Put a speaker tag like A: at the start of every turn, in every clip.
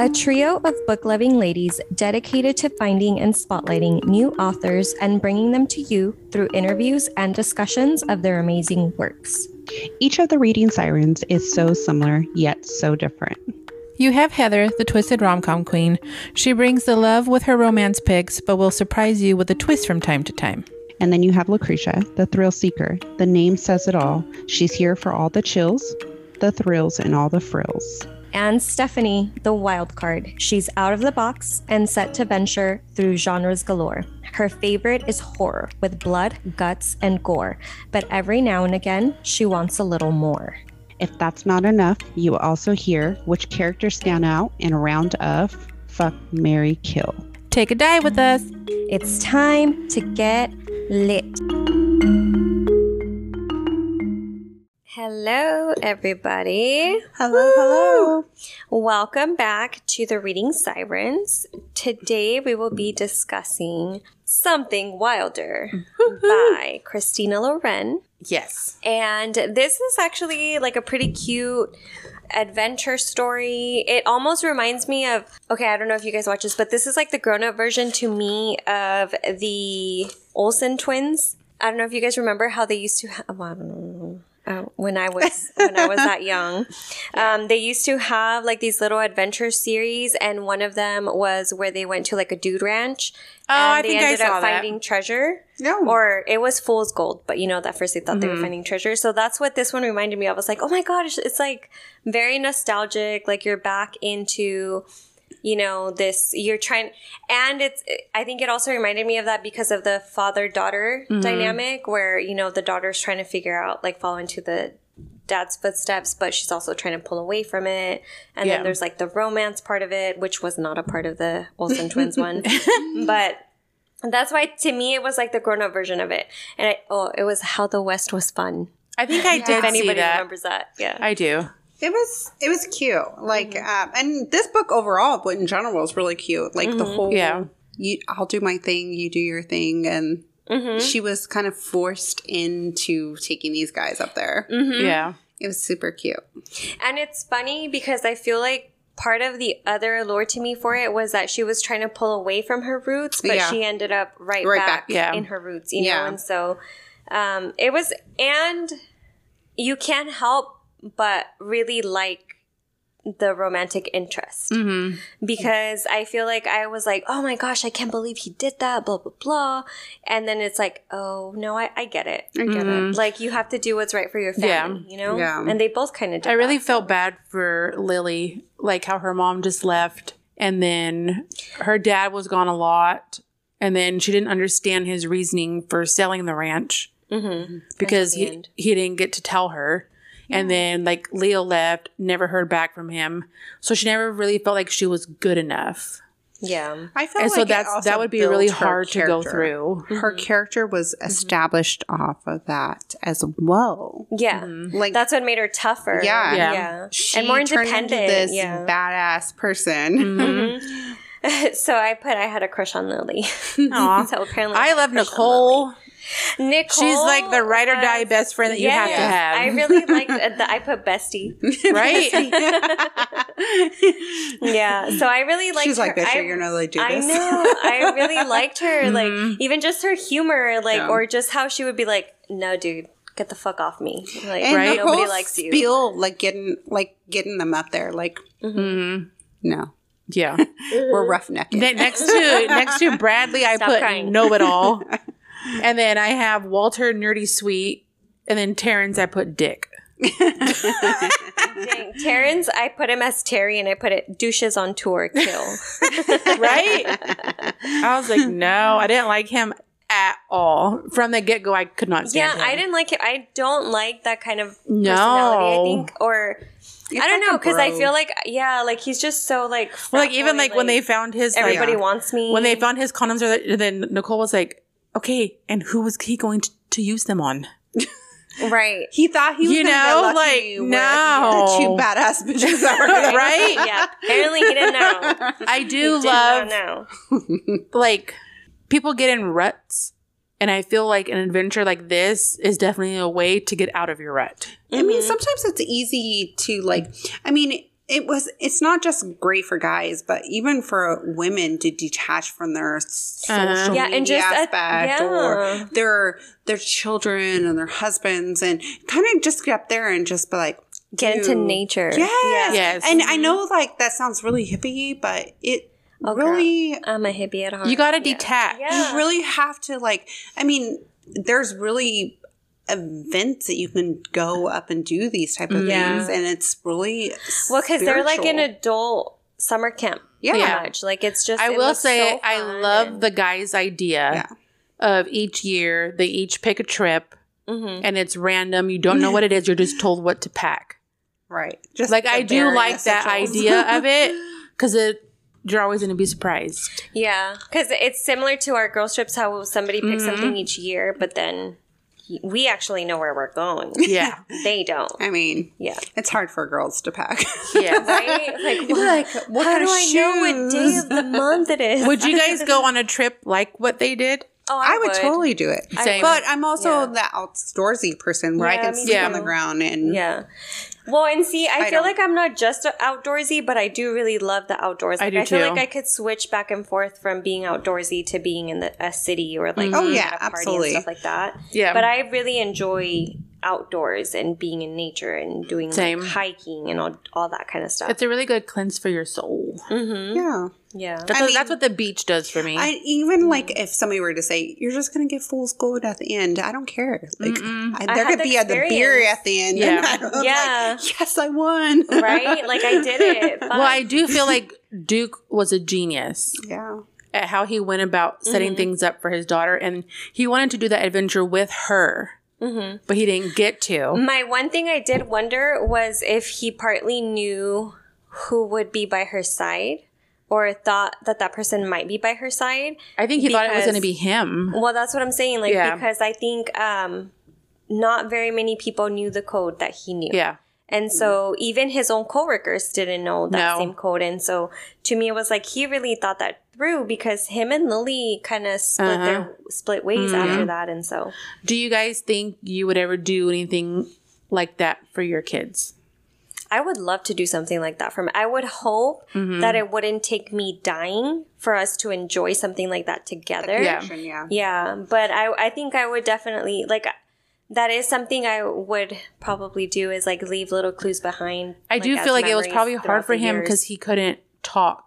A: a trio of book loving ladies dedicated to finding and spotlighting new authors and bringing them to you through interviews and discussions of their amazing works.
B: Each of the reading sirens is so similar, yet so different.
C: You have Heather, the twisted rom com queen. She brings the love with her romance picks, but will surprise you with a twist from time to time.
B: And then you have Lucretia, the thrill seeker. The name says it all. She's here for all the chills, the thrills, and all the frills.
A: And Stephanie, the wild card. She's out of the box and set to venture through genres galore. Her favorite is horror with blood, guts, and gore, but every now and again, she wants a little more.
B: If that's not enough, you will also hear which characters stand out in a round of Fuck, Mary, Kill.
C: Take a dive with us.
A: It's time to get lit. Hello, everybody.
B: Hello, hello.
A: Welcome back to the Reading Sirens. Today we will be discussing Something Wilder
B: Mm-hmm.
A: by Christina Loren.
C: Yes.
A: And this is actually like a pretty cute adventure story. It almost reminds me of okay, I don't know if you guys watch this, but this is like the grown up version to me of the Olsen twins. I don't know if you guys remember how they used to. Ha- well, I don't know. Uh, when I was when I was that young, um, they used to have like these little adventure series, and one of them was where they went to like a dude ranch.
D: Oh,
A: and
D: I
A: they
D: think I
A: ended
D: saw
A: up
D: that.
A: finding treasure.
D: No. Mm-hmm.
A: Or it was fool's gold, but you know, that first they thought they were finding treasure. So that's what this one reminded me of. I was like, oh my gosh, it's like very nostalgic. Like you're back into, you know, this, you're trying, and it's, I think it also reminded me of that because of the father daughter
D: Mm-hmm.
A: dynamic where, you know, the daughter's trying to figure out, like, follow into the, dad's footsteps but she's also trying to pull away from it and
D: Yeah.
A: then there's like the romance part of it which was not a part of the olsen twins one but that's why to me it was like the grown up version of it. And I oh, it was how the West was fun.
D: I think I did
A: if
D: see
A: anybody
D: that.
A: remembers that. Yeah.
D: I do.
E: It was it was cute, like, um, and this book overall, but in general, was really cute. Like the whole,
D: Yeah.
E: You, I'll do my thing, you do your thing, and she was kind of forced into taking these guys up there.
D: Mm-hmm.
A: Mm-hmm.
D: Yeah.
E: It was super cute.
A: and it's funny because I feel like part of the other allure to me for it was that she was trying to pull away from her roots, but
E: Yeah.
A: she ended up right,
E: Right
A: back,
E: back,
D: yeah.
A: in her roots, you know.
E: Yeah.
A: And so um it was and you can't help but really like the romantic interest.
E: Mm-hmm.
A: because I feel like I was like, oh my gosh, I can't believe he did that, blah, blah, blah. And then it's like, oh, no, I, I get it.
E: I get it.
A: Like, you have to do what's right for your family, you know?
E: Yeah.
A: And they both kind of did
D: I really
A: that.
D: felt bad for Lily, like how her mom just left and then her dad was gone a lot and then she didn't understand his reasoning for selling the ranch
E: Mm-hmm.
D: because
A: Until the
D: he,
A: end.
D: he didn't get to tell her. And then like Leo left, never heard back from him. So she never really felt like she was good enough.
A: Yeah.
E: I felt
D: And
E: like
D: so
E: it
D: that's
E: also
D: that would be really
E: built her
D: hard to go
E: character.
D: through.
E: Her character was established off of that as well.
A: Yeah.
E: Like
A: Mm-hmm. That's what made her tougher.
E: Yeah.
A: Yeah.
D: Yeah.
E: she
A: and more
E: turned
A: independent.
E: into this
A: yeah.
E: badass person.
A: so I put, I had a crush on Lily.
D: Aw.
A: so apparently
D: I
A: had a
D: love
A: crush on
D: Nicole.
A: Lily. Nicole.
D: She's like the ride or
A: was-
D: die best friend that you have to
A: Yes,
D: have.
A: I really liked uh, the, I put bestie.
D: right?
A: Yeah. So I really liked
E: She's like,
A: her.
E: "Bitch,
A: I-
E: you're gonna really do
A: I
E: this."
A: know. I really liked her.
D: Mm-hmm.
A: Like even just her humor, like
E: Yeah.
A: or just how she would be like, "No, dude, get the fuck off me." Like
E: and
D: Right?
A: nobody
E: Nicole's
A: likes you.
E: Spiel, like getting like getting them up there, like Mm-hmm. no,
D: yeah.
E: we're roughnecking.
D: Ne- next to next to Bradley, I
A: Stop
D: put
A: crying.
D: know it all, and then I have Walter Nerdy Sweet, and then Terrence, I put Dick.
A: Dang. Terrence, I put him as Terry, and I put it douches on tour kill.
D: Right? I was like, no, I didn't like him at all from the get go. I could not
A: yeah,
D: stand him.
A: I didn't like it. I don't like that kind of
D: No.
A: personality. I think or.
E: It's
A: I don't
E: like
A: know
E: a
A: because I
E: bro.
A: feel like yeah, like he's just so like
D: Well, like
A: frat
D: even
A: boy,
D: like, when they found his like,
A: everybody
E: Yeah.
A: wants me
D: when they found his condoms, or the, then Nicole was like, okay, and who was he going to, to use them on?
A: right
E: He thought he was
D: You
E: gonna
D: know,
E: get lucky
D: like,
E: with
D: no.
E: the two badass bitches that were gonna-
D: Right?
A: yeah apparently he didn't know
D: I do
A: Did not
D: love
A: know.
D: like people get in ruts and i feel like an adventure like this is definitely a way to get out of your rut
E: Mm-hmm. I mean, sometimes it's easy to like. I mean, it was it's not just great for guys but even for women to detach from their social
A: Yeah,
D: Uh-huh.
E: yeah,
A: and
E: and
A: just that-
E: aspect
A: yeah.
E: or their their children and their husbands and kind of just get up there and just be like
A: Get into
E: "Dude,
A: nature.
E: yes.
D: Yes.
E: and i know like that sounds really hippie but it
A: Oh, girl.
E: really
A: I'm a hippie at heart.
D: You got to detach.
A: Yeah.
E: you really have to like i mean there's really events that you can go up and do these type of
A: Yeah.
E: things and it's really
A: well, because they're like an
E: spiritual.
A: adult summer camp.
E: Yeah.
A: pretty
D: Yeah.
A: much. Like it's just.
D: I
A: it
D: will
A: was
D: say
A: so
D: I
A: fun
D: love
A: and-
D: the guys' idea of each year they each pick a trip
A: Mhm.
D: and it's random. You don't know what it is. You're just told what to pack.
E: Right. Just
D: Like
E: the
D: I do
E: bare
D: like that
E: essentials.
D: idea of it because it you're always going to be surprised.
A: Yeah, because it's similar to our girl trips. How somebody picks something each year, but then we actually know where we're going.
D: Yeah,
A: they don't.
E: I mean,
A: Yeah.
E: it's hard for girls to pack.
D: yeah.
A: Right? Like, what,
E: what
A: how
E: kind
A: do
E: of
A: I know what day
E: shoes?
A: of the month it is?
D: Would you guys go on a trip like what they did?
A: oh,
E: I would totally do it.
D: Same.
E: But I'm also
A: Yeah.
E: the outdoorsy person where
A: Yeah,
E: I can
A: me
E: sleep
D: too.
E: on the ground and
A: Yeah. Well, and see, I,
E: I
A: feel
E: don't.
A: like I'm not just outdoorsy, but I do really love the outdoors.
D: I
A: Like,
D: do
A: I feel
D: too.
A: like I could switch back and forth from being outdoorsy to being in the, a city or like
E: Oh, yeah,
A: at a party
E: absolutely.
A: and stuff like that.
D: Yeah.
A: But I really enjoy outdoors and being in nature and doing like,
D: Same.
A: hiking and all, all that kind of stuff.
D: It's a really good cleanse for your soul.
E: yeah.
A: yeah.
D: That's,
E: Mm. I
D: what-
E: mean-
D: that's what the beach does for me.
E: I
A: Mm-hmm.
E: even like if somebody were to say you're just gonna get fool's gold at the end, I don't care. Like I, there
A: had
E: could
A: the
E: be a the beer
A: experience.
E: at the end.
D: Yeah.
E: and I'm like,
A: Yeah.
E: yes, I won.
A: right? Like, I did it.
D: well,
A: Fun.
D: I do feel like Duke was a genius
E: Yeah.
D: at how he went about
E: Mm-hmm.
D: setting things up for his daughter, and he wanted to do that adventure with her,
E: Mm-hmm.
D: but he didn't get to.
A: My one thing I did wonder was if he partly knew who would be by her side or thought that that person might be by her side.
D: I think he thought it was
A: Because-
D: going to be him.
E: Mm-hmm.
A: Well, that's what I'm saying. Like,
D: Yeah.
A: because I think um, not very many people knew the code that he knew.
D: Yeah,
A: And so even his own coworkers didn't know that
D: No.
A: same code. And so to me, it was like he really thought that through because him and Lily kind of split
D: Uh-huh.
A: their split ways after
D: Mm-hmm.
A: that. And so
D: Do you guys think you would ever do anything like that for your kids?
A: I would love to do something like that from. I would hope
D: Mm-hmm.
A: that it wouldn't take me dying for us to enjoy something like that together.
D: Yeah.
E: Yeah.
A: Yeah, but I I think I would definitely like that is something I would probably do is like leave little clues behind.
D: I do
A: as
D: feel like it was
A: memories
D: probably hard
A: throughout
D: for
A: the
D: him
A: years.
D: because he couldn't talk.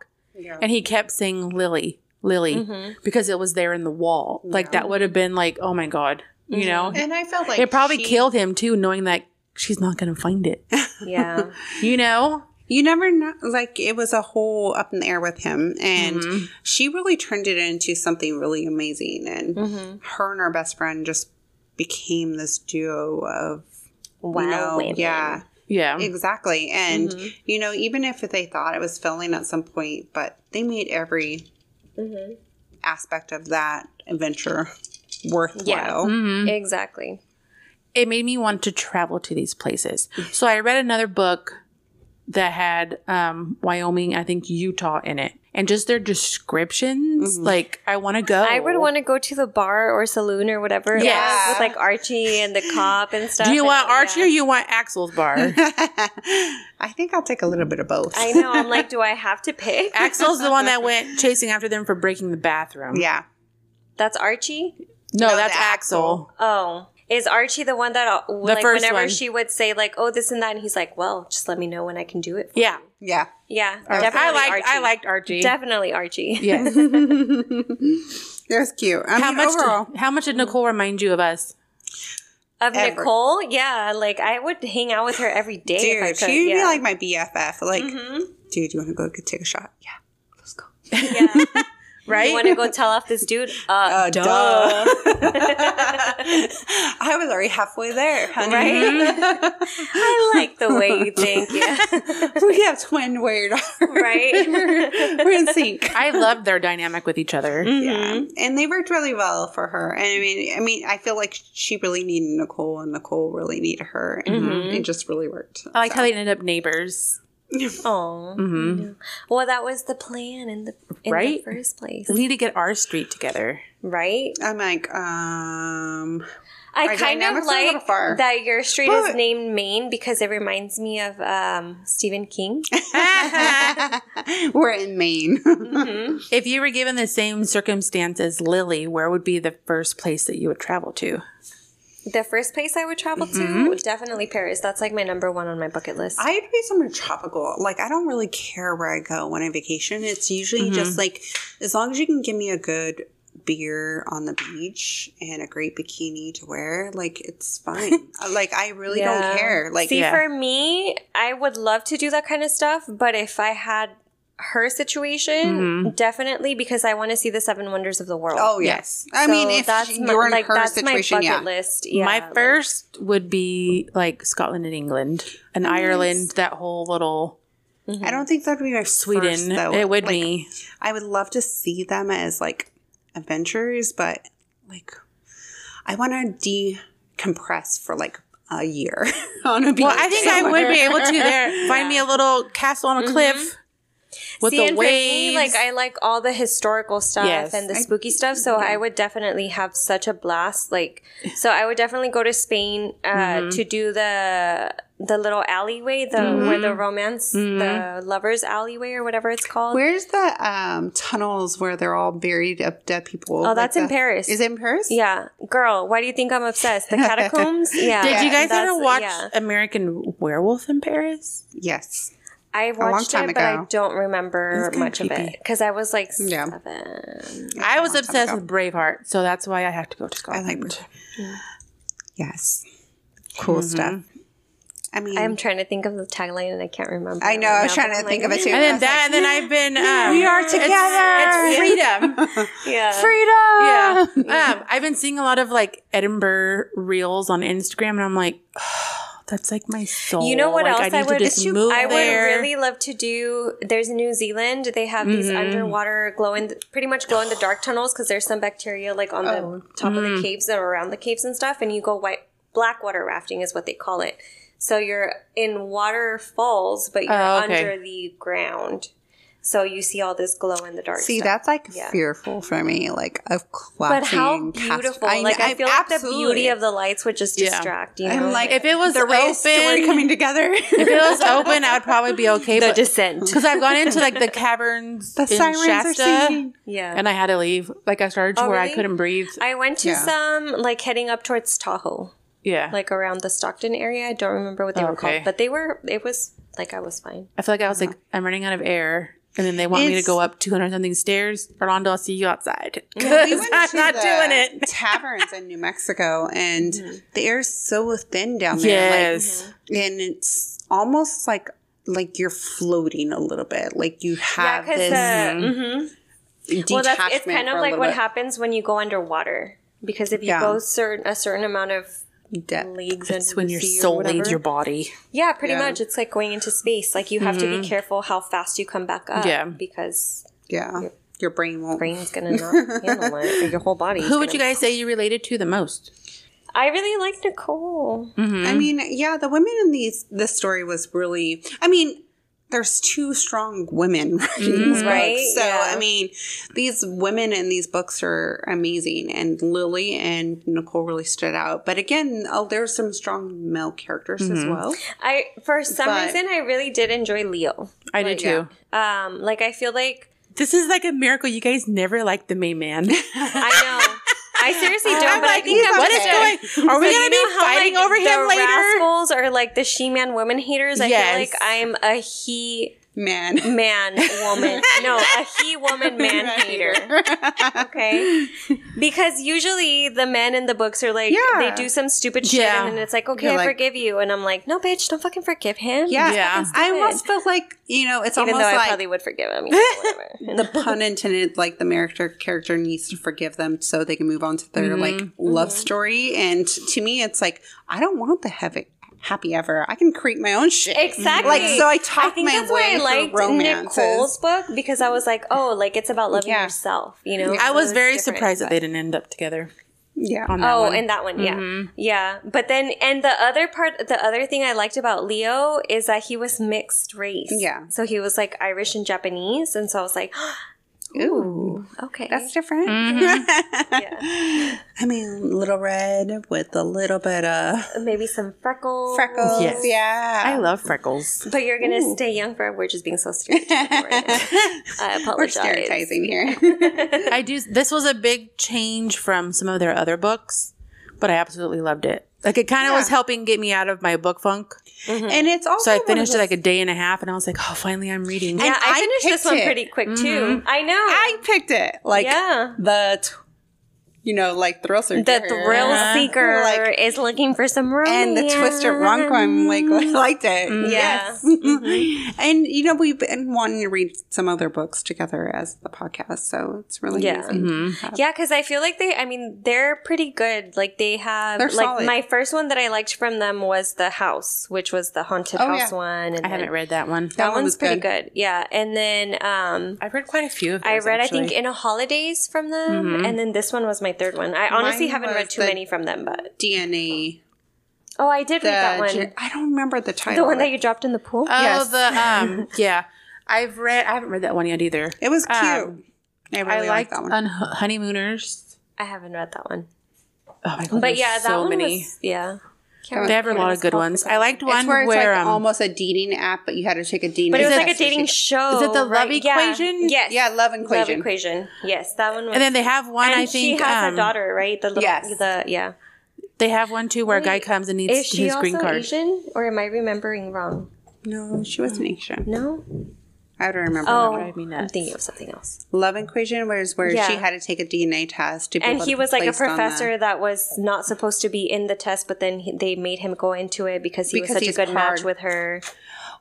D: And he kept saying Lily, Lily,
A: Mm-hmm.
D: because it was there in the wall. Like that would have been like, oh my God,
A: Mm-hmm.
D: you know?
E: And I felt like
D: it probably
E: she-
D: killed him too, knowing that she's not going to find it,
A: yeah.
D: you know?
E: You never know. Like it was a whole up in the air with him, and
A: Mm-hmm.
E: she really turned it into something really amazing. And
A: Mm-hmm.
E: her and her best friend just became this duo of
A: Wow.
E: you know,
A: women.
E: yeah,
D: Yeah.
A: Mm-hmm.
E: exactly. And you know, even if they thought it was failing at some point, but they made every
A: Mm-hmm.
E: aspect of that adventure worthwhile.
D: Mm-hmm.
A: Exactly.
D: it made me want to travel to these places. So I read another book that had um, Wyoming, I think Utah in it, and just their descriptions. Like, I want to go.
A: Mm-hmm. I would want to go to the bar or saloon or whatever. it was
D: Yes.
A: with like Archie and the cop and stuff.
D: Do you
A: and-
D: want Archie
A: yeah.
D: or you want Axel's bar?
E: I think I'll take a little bit of both.
A: Mm-hmm. I know. I'm like, do I have to pick?
D: Axel's the one that went chasing after them for breaking the bathroom.
E: yeah,
A: That's Archie.
D: No,
E: No,
D: that's
E: the
D: Axel.
A: Oh, is Archie the one that uh, like
D: first
A: whenever
D: one.
A: she would say like, "Oh, this and that," and he's like, "Well, just let me know when I can do it."
D: Yeah.
E: yeah.
A: Yeah,
D: I
A: definitely
D: liked
A: Archie.
D: I liked Archie.
A: definitely Archie.
D: yeah.
E: It was cute. I
D: How
E: mean,
D: much
E: overall,
D: did, how much did Nicole remind you of us?
A: Of
E: Ever.
A: Nicole, yeah, like I would hang out with her every day if I
E: dude,
A: could.
E: she'd
A: yeah. Mm-hmm.
E: be like my BFF. Like, dude, you want to go get- take a shot? Yeah, let's go.
A: yeah.
D: Right?
A: "You want to go tell off this dude?" Uh, duh.
E: I was already halfway there, honey.
A: Right? I like the way you think. Yeah.
E: we have twin weird.
A: Right?
E: We're in sync.
D: I loved their dynamic with each other.
E: Yeah, and they worked really well for her. And I mean, I mean, I feel like she really needed Nicole, and Nicole really needed her, and it just really worked.
D: I like how they ended up neighbors.
A: Oh. Well, that was the plan in the in
D: Right?
A: the first place,
D: We need to get our street together.
A: right?
E: I'm like, um,
A: I
E: Our
A: kind of
E: dynamics are a little
A: like
E: far.
A: that your street is
E: But-
A: named Maine because it reminds me of um, Stephen King.
E: We're in Maine.
D: If you were given the same circumstance as Lily, where would be the first place that you would travel to?
A: the first place I would travel
E: Mm-hmm.
A: to, definitely Paris. That's like my number one on my bucket list.
E: I'd be somewhere tropical. Like I don't really care where I go when I vacation. It's usually just like as long as you can give me a good beer on the beach and a great bikini to wear, like it's fine. Uh, like I really
A: Yeah.
E: don't care. Like
A: See,
E: yeah.
A: for me, I would love to do that kind of stuff, but if I had her situation, definitely because I want to see the seven wonders of the world.
E: Mm-hmm. oh yes. I
A: So
E: mean if
A: that's my-
E: you're in
A: like,
E: her
A: that's
E: situation,
A: my bucket
E: yeah.
A: list. Yeah,
D: My
A: like-
D: first would be like Scotland and England and Ireland, that whole little
E: I don't think that'd be my Sweden.
D: Sweden.
E: First, though.
D: it would
E: Like,
D: be.
E: I would love to see them as like adventures, but like I want to decompress for like a year on a beach.
D: Well, I think I
E: somewhere.
D: would be able to there. Find me a little castle on a cliff with
A: Mm-hmm. See,
D: the
A: and for
D: waves.
A: me, like I like all the historical stuff
D: Yes.
A: and the spooky stuff, so I would definitely have such a blast. Like, so I would definitely go to Spain uh,
D: Mm-hmm.
A: to do the the little alleyway, the where the
D: Mm-hmm.
A: romance, the lovers alleyway or whatever it's called.
E: Where's the um, tunnels where they're all buried up dead people?
A: Oh, that's in Paris.
E: Is it in Paris?
A: yeah, girl, why do you think I'm obsessed? The catacombs. Yeah.
D: Did you guys
A: that's-
D: ever watch
A: yeah.
D: American Werewolf in Paris?
E: Yes.
A: I
E: long
A: watched
E: time
A: it, but I
E: ago.
A: don't remember much of it because I was like
E: Yeah.
A: seven.
D: I was obsessed with Braveheart, so that's why I have to go to Scotland.
E: Yes. Cool stuff. I mean,
A: Mm-hmm. I'm trying to think of the tagline and I can't remember.
E: I know.
A: right
E: I was
A: now,
E: trying
A: but
E: to
A: I'm
E: think
A: like,
E: of it too.
D: and
E: I
D: then
E: was
D: that, and then I've been. Um,
E: We are together.
D: It's, freedom.
A: Yeah.
D: yeah. Um, I've been seeing a lot of like Edinburgh reels on Instagram, and I'm like, that's like my soul.
A: You know what
D: Oh, Like,
A: else
D: need
A: I
D: to
A: would
D: just move
A: I would
D: there.
A: really love to do. There's New Zealand. They have these
D: Mm-hmm.
A: underwater glow in pretty much glow in the dark tunnels because there's some bacteria like on
E: Oh.
A: the top of
D: Mm-hmm.
A: the caves and around the caves and stuff. And you go white blackwater rafting is what they call it. So you're in waterfalls, but you're
D: Oh, okay.
A: under the ground. So you see all this glow in the dark.
E: See,
A: stuff.
E: that's like
A: Yeah.
E: fearful for me, like of
A: But
E: collapsing.
A: how
E: cast-
A: beautiful! like I, feel like the beauty of the lights would just
D: Yeah.
A: distract. You know,
E: I'm like
D: If it was
E: the race story
D: open-
E: coming together.
D: if it was open, I would probably be okay.
A: the
D: But
A: descent.
D: because I've gone into like the caverns
E: the
D: in
E: sirens
D: Shasta,
E: are singing.
A: Yeah,
D: and I had to leave. Like I started to
A: Oh,
D: where I
A: really?
D: couldn't breathe.
A: I went to
E: Yeah.
A: some like heading up towards Tahoe,
D: yeah, like
A: like around the Stockton area. I don't remember what they were
D: Okay.
A: called, but they were. It was like I was fine.
D: I feel like I was like I'm running out of air. And then they want me to
E: It's-
D: go up 200 something stairs. Orlando, I'll see you outside.
E: We went
D: I'm
E: to
D: not
E: the
D: doing it.
E: taverns in New Mexico, and the air is so thin down there. like, Mm-hmm.
D: Yes.
E: and it's almost like like you're floating a little bit like you have this Mm-hmm. detachment
A: well, that's it's kind
E: for
A: of
E: a
A: like
E: little
A: what
E: bit.
A: happens when you go underwater because if you
E: Yeah.
A: go certain a certain amount of
E: Depth.
A: leagues, and
D: It's when your soul leaves your body.
A: yeah, pretty
E: Yeah.
A: much. It's like going into space. Like you have to be careful how fast you come back up,
D: Mm-hmm. Yeah.
A: because
E: yeah your brain won't
A: brain's gonna not handle it. Or your whole body.
D: Who would you guys say you related to the most?
A: I really like Nicole.
E: i mean yeah the women in these this story was really i mean there's two strong women writing
D: Mm-hmm.
E: these
A: Right,
E: books. So,
A: yeah.
E: I mean, these women in these books are amazing. And Lily and Nicole really stood out. But again, oh, there's some strong male characters as
A: Mm-hmm.
E: well.
A: I for some
E: But-
A: reason I really did enjoy Leo.
D: I do too.
A: Um, like I feel like
D: This is like a miracle. You guys never liked the main man.
A: I know. I seriously don't. but I
D: like,
A: think I'm
D: what is
A: upset.
D: going? Are we
A: So
D: gonna
A: you
D: be
A: know how,
D: fighting
A: like,
D: over him
A: the
D: later?
A: Rascals are like the she-man woman haters. I
D: Yes.
A: feel like I'm a he
E: Man.
A: man woman. no, a he woman man hater. Okay, because usually the men in the books are like
E: Yeah.
A: they do some stupid shit,
D: Yeah.
A: and then it's like, okay,
E: You're
A: I
E: like-
A: forgive you, and I'm like, no, bitch, don't fucking forgive him.
E: Yeah.
D: Yeah.
E: I almost felt like, you know, it's
A: Even though
E: almost
A: I
E: like
A: probably would forgive him, you know, whatever.
E: the pun intended, like the character character needs to forgive them so they can move on to their like
D: Mm-hmm.
A: Mm-hmm.
E: love story. And to me, it's like I don't want the heavy happy ever. I can create my own shit.
A: Exactly.
E: Like so, I talked
A: I think
E: my
A: that's
E: way
A: why I
E: through
A: liked
E: romances.
A: Nicole's book because I was like, oh, like it's about loving
E: Yeah.
A: yourself, you know.
D: I
A: So
D: was
A: it's
D: very
A: different,
D: surprised that
A: but-
D: they didn't end up together.
E: Yeah.
D: On that
A: Oh,
D: one.
A: and that one, yeah,
E: Mm-hmm.
A: yeah. But then, and the other part, the other thing I liked about Leo is that he was mixed race.
E: Yeah.
A: So he was like Irish and Japanese, and so I was like,
E: Ooh,
A: Okay.
E: that's different. I mean, little red with a little bit of
A: Maybe some freckles.
E: freckles.
D: Yes.
E: Yeah.
D: I love freckles.
A: But you're gonna stay young forever. We're just being so stereotypical right now. I
E: We're
A: apologize.
E: stereotyping here.
D: I do. This was a big change from some of their other books, but I absolutely loved it. Like it kind of was helping get me out of my book funk.
E: and it's
D: So
E: also
D: I
E: one of
D: finished it
E: those-
D: like a day and a half, and I was like, oh, finally I'm reading.
A: Yeah, I
E: I
A: finished this
E: picked
A: one
E: it. Mm-hmm.
A: pretty quick too. I know.
E: I picked it like
A: Yeah.
E: the t- you know like thrill seeker
A: the thrill seeker
E: Like-
A: is looking for some romance.
E: and the twisted rom com like liked it
A: Yeah.
E: yes and you know we've been wanting to read some other books together as the podcast so it's really
A: Yeah. Mm-hmm.
E: amazing.
A: Yeah, because I feel like they, I mean, they're pretty good. Like they have,
E: They're
A: like
E: solid.
A: my first one that I liked from them was the house, which was the haunted
E: Oh,
A: house
E: yeah.
A: one. And
D: I haven't
A: then-
D: read that one.
A: That,
E: That one
A: one's
E: was
A: pretty
E: good.
A: good. Yeah, and then um,
D: I've read quite a few of.
A: I
D: those,
A: read, I think,
D: actually.
A: in a holidays from them, and then this one was my third one. I honestly
E: Mine
A: haven't read
E: was
A: too
E: the-
A: many from them, but
E: DNA
A: oh, I did
E: the Uh,
A: read that one,
E: I don't remember the title
A: the one
E: of
A: that
E: it.
A: you dropped in the pool.
D: Oh,
E: yes.
D: the um, yeah. I've read. I haven't read that one yet either.
E: it was cute
D: Um,
E: I really
D: I
E: liked
D: liked
E: that one
D: Un- Honeymooners.
A: I haven't read that one,
D: Oh my god!
A: but yeah, that
D: so
A: one
D: many.
A: was yeah. Can't
D: they have a
A: remember what
D: lot
A: it
D: of
A: was
D: good
A: called.
D: ones. I liked one
E: it's where
D: where,
E: it's like
D: um,
E: almost a dating app but you had to take a dating
A: but it was
D: Is
A: like
D: it-
A: a dating show.
D: is it the love
A: right? Yeah.
D: equation?
A: Yes,
E: yeah love
A: love
E: equation
A: equation. Yes, that one. Was,
D: and then they have one.
A: and
D: I think
A: she has
D: um,
A: a daughter, right? The little,
E: Yes.
A: the yeah.
D: They have one too where a guy
A: Wait,
D: comes and
A: Is
D: needs
A: she
D: his
A: also
D: green card.
A: Asian, or am I remembering wrong?
E: no Oh, she was an Asian
A: No.
E: I don't remember that
A: Oh,
E: one.
A: I'm thinking of something else.
E: Love Equation was where
A: Yeah.
E: she had to take a DNA test to be
A: and
E: able to
A: he
E: be
A: was like a
E: placed on the-
A: professor that was not supposed to be in the test but then he, they made him go into it because he
E: Because
A: was such a
E: he's
A: good match
E: hard.
A: with her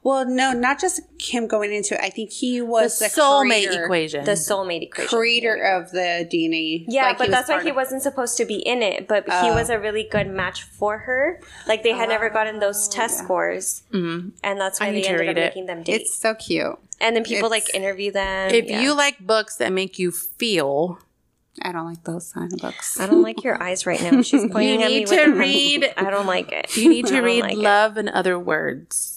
E: Well, no, not just him going into it. I think he was the,
D: soulmate
E: creator,
D: equation.
A: the soulmate equation
E: creator of the DNA.
A: yeah
E: Like,
A: but
E: was
A: that's why
E: part
A: he
E: of-
A: wasn't supposed to be in it but he was a really good match for her like they had never gotten those test scores and that's why they
D: need to
A: ended up
D: read it.
A: making them date
E: It's so cute.
A: and then people like
E: it's-
A: interview them
D: if
A: yeah.
D: you like books that make you feel,
E: I don't like those kind of books.
A: I don't like your eyes right now. She's pointing at me.
D: need
A: with
D: to
A: her-
D: read-
A: I don't like it.
D: you need
A: I
D: to
A: don't
D: read
A: like it.
D: Love and Other Words,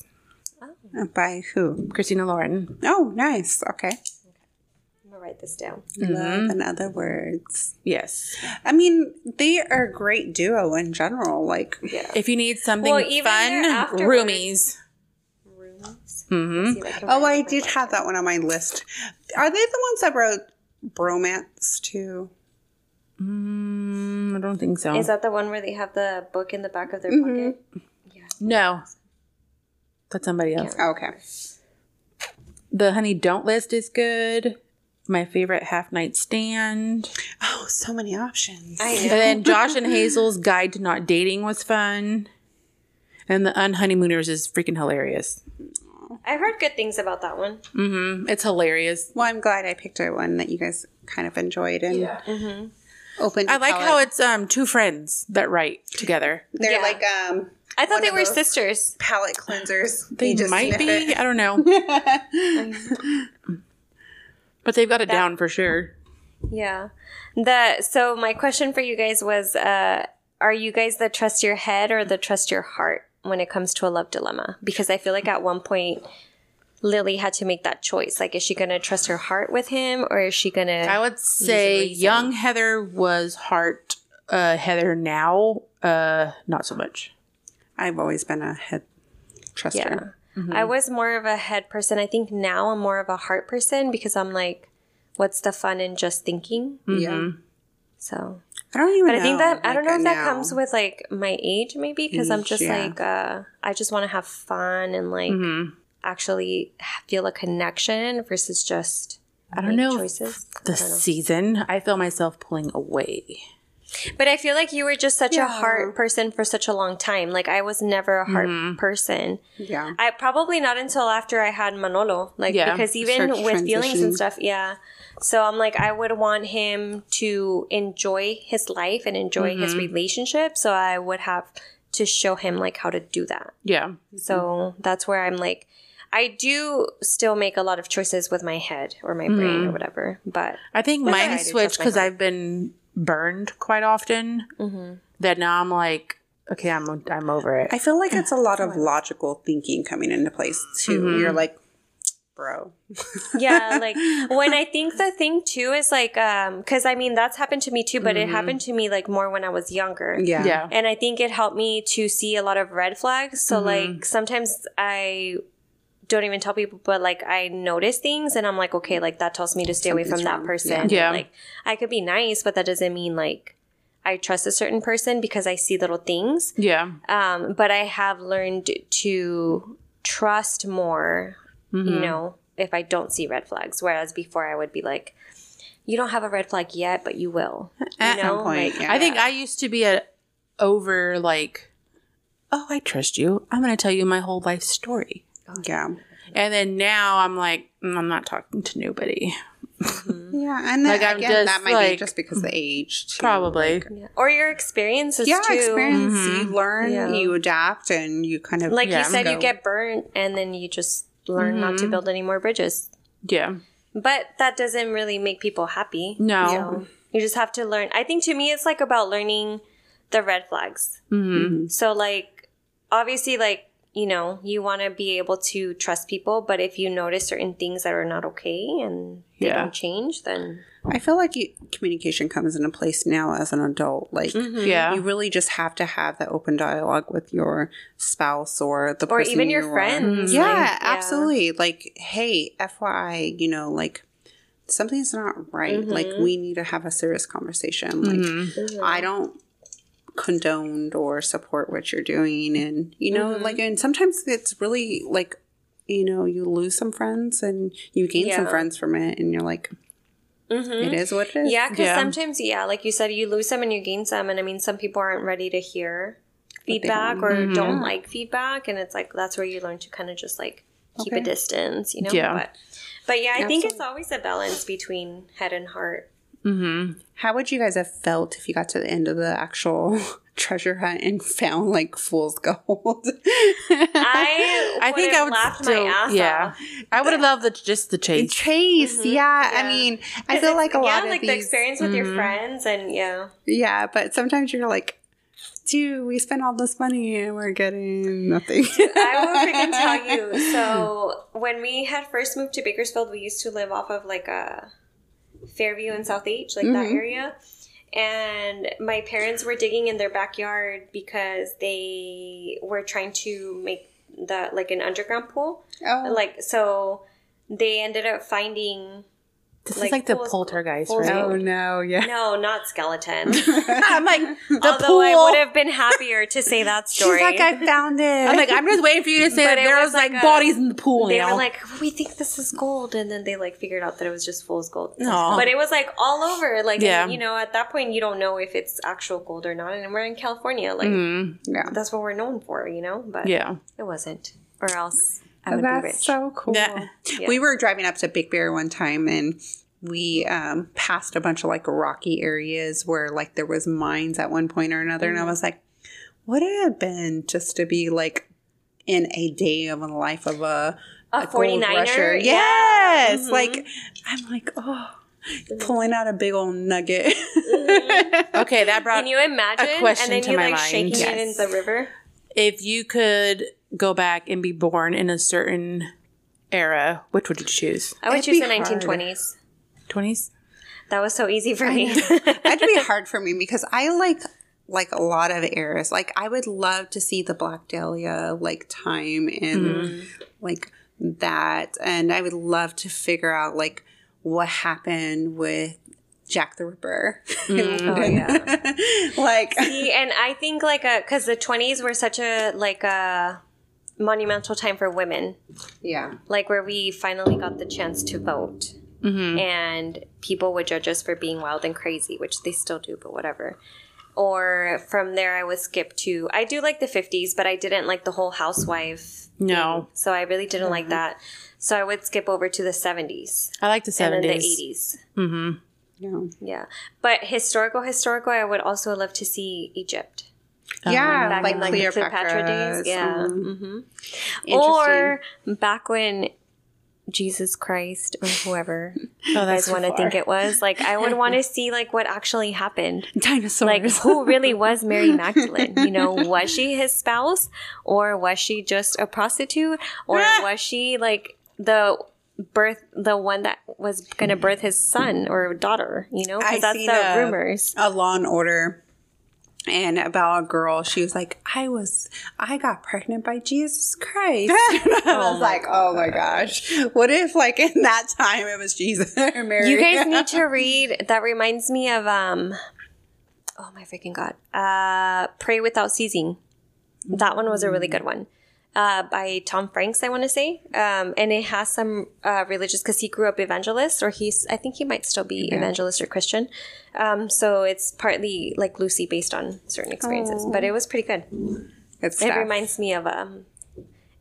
E: By who?
D: Christina Lauren.
E: Oh, nice. Okay.
A: I'm gonna write this down.
E: Love in other words.
D: Yes.
E: I mean, they are a great duo in general. Like,
D: If you need something
A: Well, even their
D: fun,
A: afterwards-
D: roomies.
A: Rooms.
D: hmm
A: See if can
E: oh,
A: write
E: I
A: it.
E: did have that one on my list. Are they the ones that wrote bromance too?
D: Mm, I don't think so.
A: Is that the one where they have the book in the back of their pocket?
D: no. That's somebody else.
E: Oh, Okay.
D: The Honey Don't list is good. My favorite Half Night Stand.
E: Oh, so many options.
A: I
D: And
A: know.
D: then Josh and Hazel's Guide to Not Dating was fun. And the Unhoneymooners is freaking hilarious.
A: I've heard good things about that one.
D: Mm-hmm. It's hilarious.
E: Well, I'm glad I picked a one that you guys kind of enjoyed and opened.
D: I
E: your
D: like
E: palate.
D: how it's um two friends that write together.
E: they're
A: yeah.
E: like um
A: I thought
E: One
A: they
E: of
A: were
E: those.
A: sisters.
E: palate cleansers.
D: They
E: You just
D: might
E: sniff
D: be.
E: it.
D: I don't know. but they've got it down for sure.
A: Yeah. The so my question for you guys was uh are you guys the trust your head or the trust your heart when it comes to a love dilemma? Because I feel like at one point Lily had to make that choice. Like is she going to trust her heart with him or is she going
D: I
A: to
D: would say
A: reason.
D: young Heather was heart. Uh, Heather now, uh, not so much.
E: I've always been a head truster.
A: Yeah. I was more of a head person. I think now I'm more of a heart person because I'm like what's the fun in just thinking?
E: Yeah.
A: So
E: I don't even.
A: But I think that I
E: like,
A: don't know if that
E: now.
A: comes with like my age, maybe because I'm
E: Age,
A: just
E: yeah. Mm-hmm.
A: like uh, I just want to have fun and like actually feel a connection versus just
D: I don't know.
A: choices.
D: The season, I feel myself pulling away.
A: But I feel like you were just such a heart person for such a long time. Like I was never a heart
E: Mm-hmm.
A: person.
E: Yeah.
A: I probably not until after I had Manolo, like
D: Yeah,
A: because even
E: started to
A: with feelings and
E: transition.
A: stuff, yeah. So I'm like, I would want him to enjoy his life and enjoy his relationship. So I would have to show him like how to do that.
D: Yeah.
A: So that's where I'm like, I do still make a lot of choices with my head or my brain or whatever, but
D: I think
A: I
D: mine
A: do
D: switched
A: trust my Mm-hmm.
D: because
A: heart.
D: I've been burned quite often. That now I'm like, okay, I'm I'm over it.
A: Mm-hmm.
E: I feel like it's a lot of logical thinking coming into place too. You're like, bro.
A: yeah like when i think the thing too is like um because i mean that's happened to me too but it happened to me like more when i was younger
E: Yeah. Mm-hmm.
D: Yeah.
A: and i think it helped me to see a lot of red flags so like sometimes i don't even tell people but like i notice things and i'm like okay like that tells me to stay away from
E: Something's
A: that
E: wrong.
A: person
D: Yeah. Yeah.
A: like i could be nice but that doesn't mean like i trust a certain person because i see little things
D: Yeah.
A: um, but I have learned to trust more,
E: Mm-hmm.
A: you know, if I don't see red flags. Whereas before I would be like, you don't have a red flag yet, but you will.
E: At
A: you
E: some point, yeah.
D: I think I used to be a over like, oh, I trust you. I'm going to tell you my whole life story.
E: Yeah.
D: And then now I'm like, "Mm, I'm not talking to nobody.
E: Yeah. And then
D: Like, I'm
E: again,
D: just,
E: that might be
D: like-
E: just because of the age. Too.
D: Probably.
A: Yeah. Or your experiences
E: Yeah.
A: too.
E: Experience. You learn,
A: Mm-hmm. Yeah.
E: you adapt, and you kind of.
A: Like
D: Yeah.
A: you said, you
E: Go.
A: get burnt and then you just learn not to build any more bridges.
D: yeah.
A: But that doesn't really make people happy.
D: No.
A: You, know? You just have to learn. I think to me, it's like about learning the red flags.
D: Mm-hmm.
A: So like obviously like you know you want to be able to trust people, but if you notice certain things that are not okay and they
D: Yeah.
A: don't change, then
E: I feel like you, communication comes into place now as an adult. Like,
A: Mm-hmm. hmm,
D: Yeah.
E: you really just have to have that open dialogue with your spouse or the
A: or
E: person
A: even your
E: you are.
A: friends.
E: Yeah,
A: like,
E: absolutely. Like, hey, FYI, you know, like something's not right. Like,
A: Mm-hmm.
E: we need to have a serious conversation. Like, I don't condone or support what you're doing, and you know,
A: Mm-hmm.
E: like, and sometimes it's really like, you know, you lose some friends and you gain some
A: Yeah.
E: friends from it, and you're like,
A: Mhm.
E: it is what it is.
A: Yeah, because
D: Yeah.
A: sometimes, yeah, like you said, you lose some and you gain some, and I mean, some people aren't ready to hear feedback or don't like feedback, and it's like that's where you learn to kind of just like keep a
E: Okay.
A: distance, you know.
D: Yeah.
A: But, but yeah, I think it's always a balance between head and heart.
D: Mm-hmm.
E: How would you guys have felt if you got to the end of the actual treasure hunt and found like fool's gold?
A: I
D: I think I would
A: laugh
D: still,
A: my ass
D: yeah.
A: off.
D: I would have loved the, just the
E: And
D: chase.
E: Chase, yeah, I
A: Mm-hmm. yeah.
E: mean, I feel like a
A: yeah,
E: lot
A: like
E: of these,
A: the experience with your friends and yeah.
E: yeah, but sometimes you're like, dude, we spent all this money and we're getting nothing.
A: I will freaking tell you. So when we had first moved to Bakersfield, we used to live off of like a Fairview and South H, like
E: Mm-hmm.
A: that area. And my parents were digging in their backyard because they were trying to make the like an underground pool.
E: oh,
A: Like so they ended up finding
D: This
A: like
D: is like the
A: pulls-
D: poltergeist,
A: pulls
D: right?
A: out.
E: oh no, yeah,
A: no, not skeleton.
D: I'm like the
A: Although
D: pool.
A: I would have been happier to say that story.
E: she's like, I found it.
D: I'm like I'm just waiting for you to say
A: But
D: that
A: it
D: there
A: was
D: was, like,
A: like a-
D: bodies in the pool.
A: they
D: now.
A: were like, we think this is gold, and then they like figured out that it was just fool's gold.
D: Aw.
A: But it was like all over, like
D: Yeah.
A: and, you know, at that point you don't know if it's actual gold or not. And we're in California, like
D: Mm,
E: yeah,
A: that's what we're known for, you know. But
D: yeah.
A: it wasn't, or else I would be rich.
E: Oh, that's so cool.
D: Yeah.
E: We were driving up to Big Bear one time and we um, passed a bunch of like rocky areas where like there was mines at one point or another, and I was like, would it have been just to be like in a day of the life of a
A: a
E: a gold
A: 49er?
E: rusher.
A: Yeah.
E: Yes.
A: Mhm.
E: Like I'm like, oh, pulling out a big old nugget.
D: Okay, that brought
A: Can you imagine?
D: question
A: and then
D: to
A: you
D: my
A: like
D: mind.
A: shaking it in
E: Yes.
A: the river.
D: if you could go back and be born in a certain era, which would you choose?
A: I would
E: It'd
A: choose
E: be
A: the
E: hard.
A: 1920s.
D: 20s?
A: That was so easy for me.
E: That'd be hard for me because I like like a lot of eras. Like I would love to see the Black Dahlia like time and
A: Mm-hmm.
E: like that, and I would love to figure out like what happened with Jack the Ripper.
A: oh yeah.
E: like
A: See, and I think like a because the 20s were such a like a monumental time for women.
E: yeah,
A: like where we finally got the chance to vote and people would judge us for being wild and crazy which they still do but whatever or from there i would skip to i do like the 50s but i didn't like the whole housewife
D: No.
A: so i really didn't like that so i would skip over to the 70s
D: I like the 70s.
A: and then the 80s
E: yeah.
A: yeah but historical historical i would also love to see egypt
E: yeah,
A: Um, back in like the cleopatra days
E: Cleopatra's,
A: yeah
E: um,
A: hmm
E: interesting.
A: or back when Jesus Christ or whoever
D: Oh,
A: you guys want to think it was. Like, I would want to see like what actually happened.
E: dinosaurs.
A: Like, who really was Mary Magdalene? You know, was she his spouse, or was she just a prostitute, or was she like the birth the one that was going to birth his son or daughter. You know, 'Cause
E: I
A: that's
E: seen
A: the
E: a-
A: rumors.
E: a Law and Order and about a girl. She was like, I was, I got pregnant by Jesus Christ. And I was like, oh my gosh. What if, like, in that time it was Jesus or Mary?
A: You guys need to read. That reminds me of um. Oh my freaking god! Uh, pray without ceasing. That one was a really good one. Uh, by Tom Franks, I want to say, um, and it has some uh, religious because he grew up evangelist, or he's I think he might still be evangelist or Christian. Um, so it's partly like Lucy based on certain experiences, but it was pretty good.
E: It's
A: It
E: stuff.
A: reminds me of um,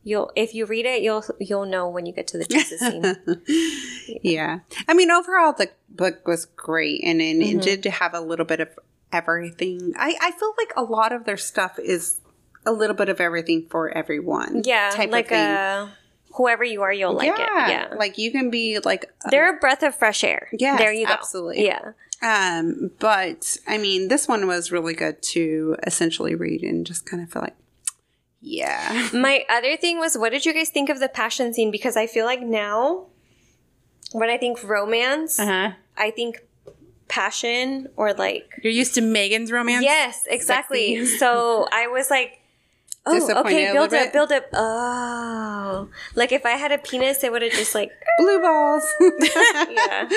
A: you'll if you read it, you'll you'll know when you get to the Jesus scene.
E: yeah. I mean, overall, the book was great and it,
A: Mm-hmm.
E: it did have a little bit of everything. I, I feel like a lot of their stuff is a little bit of everything for everyone.
A: Yeah,
E: Type
A: like
E: of thing.
A: uh whoever you are, you'll like it. Yeah.
E: Like you can be like
A: They're a breath of fresh air.
E: Yes,
A: there you go.
E: absolutely.
A: Yeah.
E: Um, but I mean, this one was really good to essentially read and just kind of feel like, yeah,
A: My other thing was, what did you guys think of the passion scene? Because I feel like now, when I think romance,
D: Uh-huh.
A: I think passion or like
D: You're used to Megan's romance.
A: yes, exactly. so I was like. Oh,
E: Disappointed
A: okay.
E: a
A: Build
E: little
A: up,
E: bit?
A: build up. Oh, like if I had a penis, it would have just like,
E: blue balls.
A: yeah,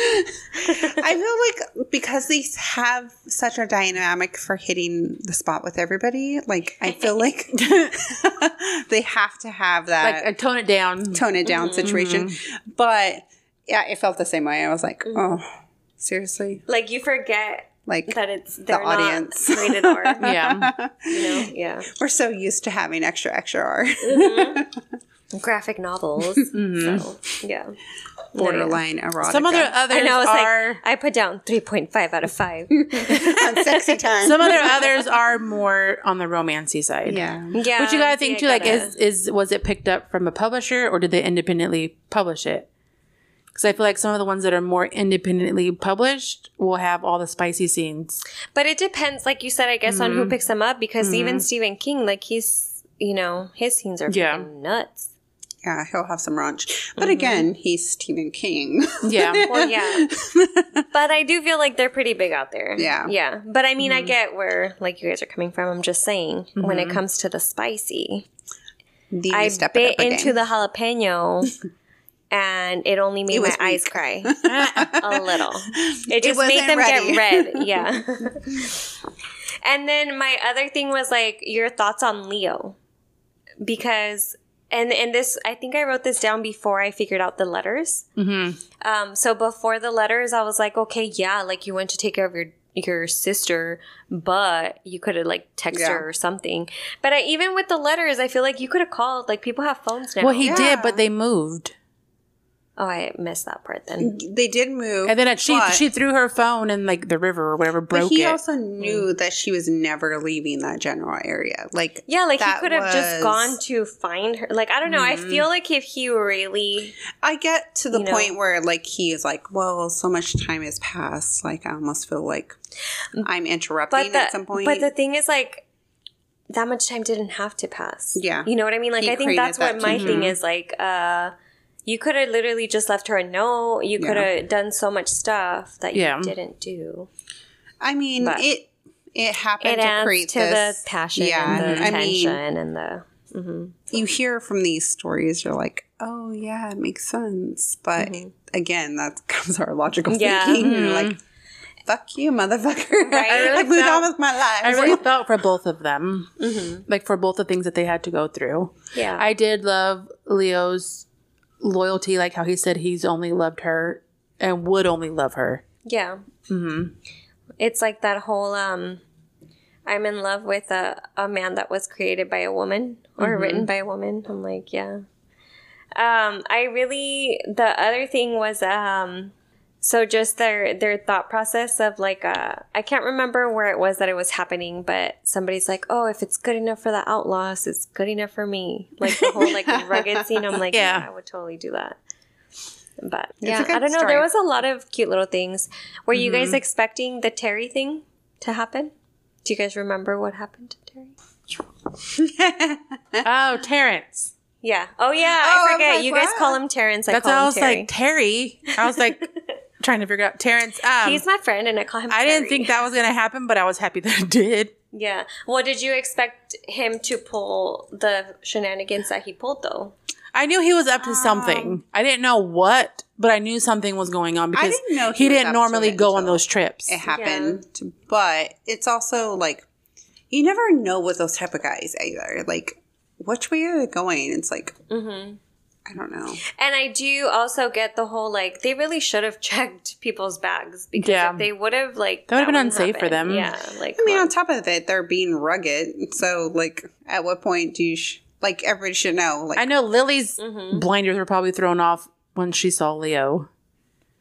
E: I feel like because they have such a dynamic for hitting the spot with everybody, like I feel like they have to have that
D: Like, I tone it down.
E: tone it down situation. But yeah, it felt the same way. I was like, oh, seriously,
A: like you forget
E: like
A: that it's they're
E: audience.
A: not rated R.
D: yeah.
A: You know, yeah.
E: we're so used to having extra extra R.
A: graphic novels.
D: Mm-hmm.
A: So yeah,
E: borderline erotic.
D: Some other others
A: I know. It's
D: are
A: like I put down three point five out of five.
E: sexy time.
D: some other others are more on the romancy side.
E: yeah.
A: yeah,
D: But you gotta
A: see,
D: think
A: I
D: too, like,
A: gotta-
D: is is was it picked up from a publisher or did they independently publish it? Because I feel like some of the ones that are more independently published will have all the spicy scenes.
A: but it depends. Like you said, I guess on
D: Mm-hmm.
A: who picks them up because even Stephen King, like he's you know his scenes are
D: Yeah.
A: yeah. nuts.
E: Yeah, he'll have some raunch.
A: Mm-hmm.
E: But again, he's Stephen King.
D: Yeah,
A: Well, yeah, but I do feel like they're pretty big out there.
E: Yeah.
A: yeah. But I mean, I
D: Mm-hmm.
A: get where like you guys are coming from. I'm just saying when it comes to the spicy,
E: Need to
A: I
E: step it
A: bit
E: up a
A: into
E: game.
A: the jalapeno. And it only made my
E: was
A: eyes cry a little. It just made
E: wasn't
A: them
E: ready.
A: get red. Yeah. and then my other thing was like your thoughts on Leo. Because and and this I think I wrote this down before I figured out the letters. Mm-hmm. Um, so before the letters, I was like, okay, yeah, like you went to take care of your your sister, but you could have like texted
E: Yeah.
A: her or something. But I, even with the letters, I feel like you could have called. Like people have phones now.
D: well, he
E: Yeah.
D: did, but they moved,
A: oh, I missed that part then.
E: They did move.
D: and then it- she
E: but-
D: she threw her phone in like the river or whatever,
E: But
D: broke
E: he
D: it.
E: also knew
A: Mm.
E: that she was never leaving that general area. Like
A: Yeah, like he
E: that
A: could have just
E: was- Mm-hmm.
A: gone to find her. Like I don't know. I feel like if he really
E: I get to the
A: You know.
E: point where like he is like, well, so much time has passed. Like I almost feel like I'm interrupting
A: Mm. but the,
E: at some point.
A: But the thing is, like, that much time didn't have to pass.
E: Yeah.
A: You know what I mean? Like,
E: He
A: I think
E: created
A: that's what
E: that Mm-hmm.
A: my
E: tension.
A: thing is. Like, uh, you could have literally just left her a note. You could
E: Yeah.
A: have done so much stuff that
D: Yeah.
A: you didn't do.
E: I mean,
A: but-
E: it it
A: It
E: happened to create
A: adds to
E: this
A: the passion
E: Yeah,
A: and the
E: I mean-
A: tension and the.
E: you hear from these stories, you're like, oh yeah, it makes sense. But again, that comes our logical
A: Yeah.
E: thinking. You're like, fuck you, motherfucker.
A: I really
E: I moved
D: felt-
E: on with my life.
D: I really felt for both of them, like for both the things that they had to go through.
A: Yeah.
D: I did love Leo's loyalty, like how he said he's only loved her and would only love her.
A: Yeah. Mm-hmm. It's like that whole um I'm in love with a, a man that was created by a woman or
E: Mm-hmm.
A: written by a woman. I'm like, yeah. Um, I really the other thing was um so just their their thought process of like uh I can't remember where it was that it was happening, but somebody's like, Oh, if it's good enough for the outlaws, it's good enough for me. Like the whole like rugged scene, I'm like,
D: Yeah.
A: yeah I would totally do that. But
E: It's
A: yeah,
E: a good Mm-hmm.
A: I don't know.
E: story.
A: There was a lot of cute little things. Were you guys expecting the Terry thing to happen? Do you guys remember what happened to Terry?
D: oh, Terrence.
A: Yeah. Oh yeah.
E: Oh,
A: I
E: I
A: forget.
E: was like,
A: you guys
E: what?
A: call him Terrence. I
D: That's
A: call
D: why
A: him
D: I was
A: Terry.
D: like Terry. I was like trying to figure out Terrence. Um,
A: He's my friend, and I call him.
D: I didn't
A: Terry.
D: think that was gonna happen, but I was happy that it did.
A: Yeah. Well, did you expect him to pull the shenanigans that he pulled though?
D: I knew he was up to something. I didn't know what, but I knew something was going on because
E: didn't know
D: he,
E: he was
D: didn't
E: up to
D: normally
E: it
D: go on
E: until
D: those trips.
E: it happened. But it's also like you never know with those type of guys either. Like which way are they going? It's like I don't know.
A: And I do also get the whole like they really should have checked people's bags because
D: Yeah.
A: if they would have like
D: That would've been
A: wouldn't
D: unsafe for them.
A: Yeah. Like
E: I mean, on top of it, they're being rugged. So like, at what point do you sh- like everybody should know? Like,
D: I know Lily's blinders were probably thrown off when she saw Leo,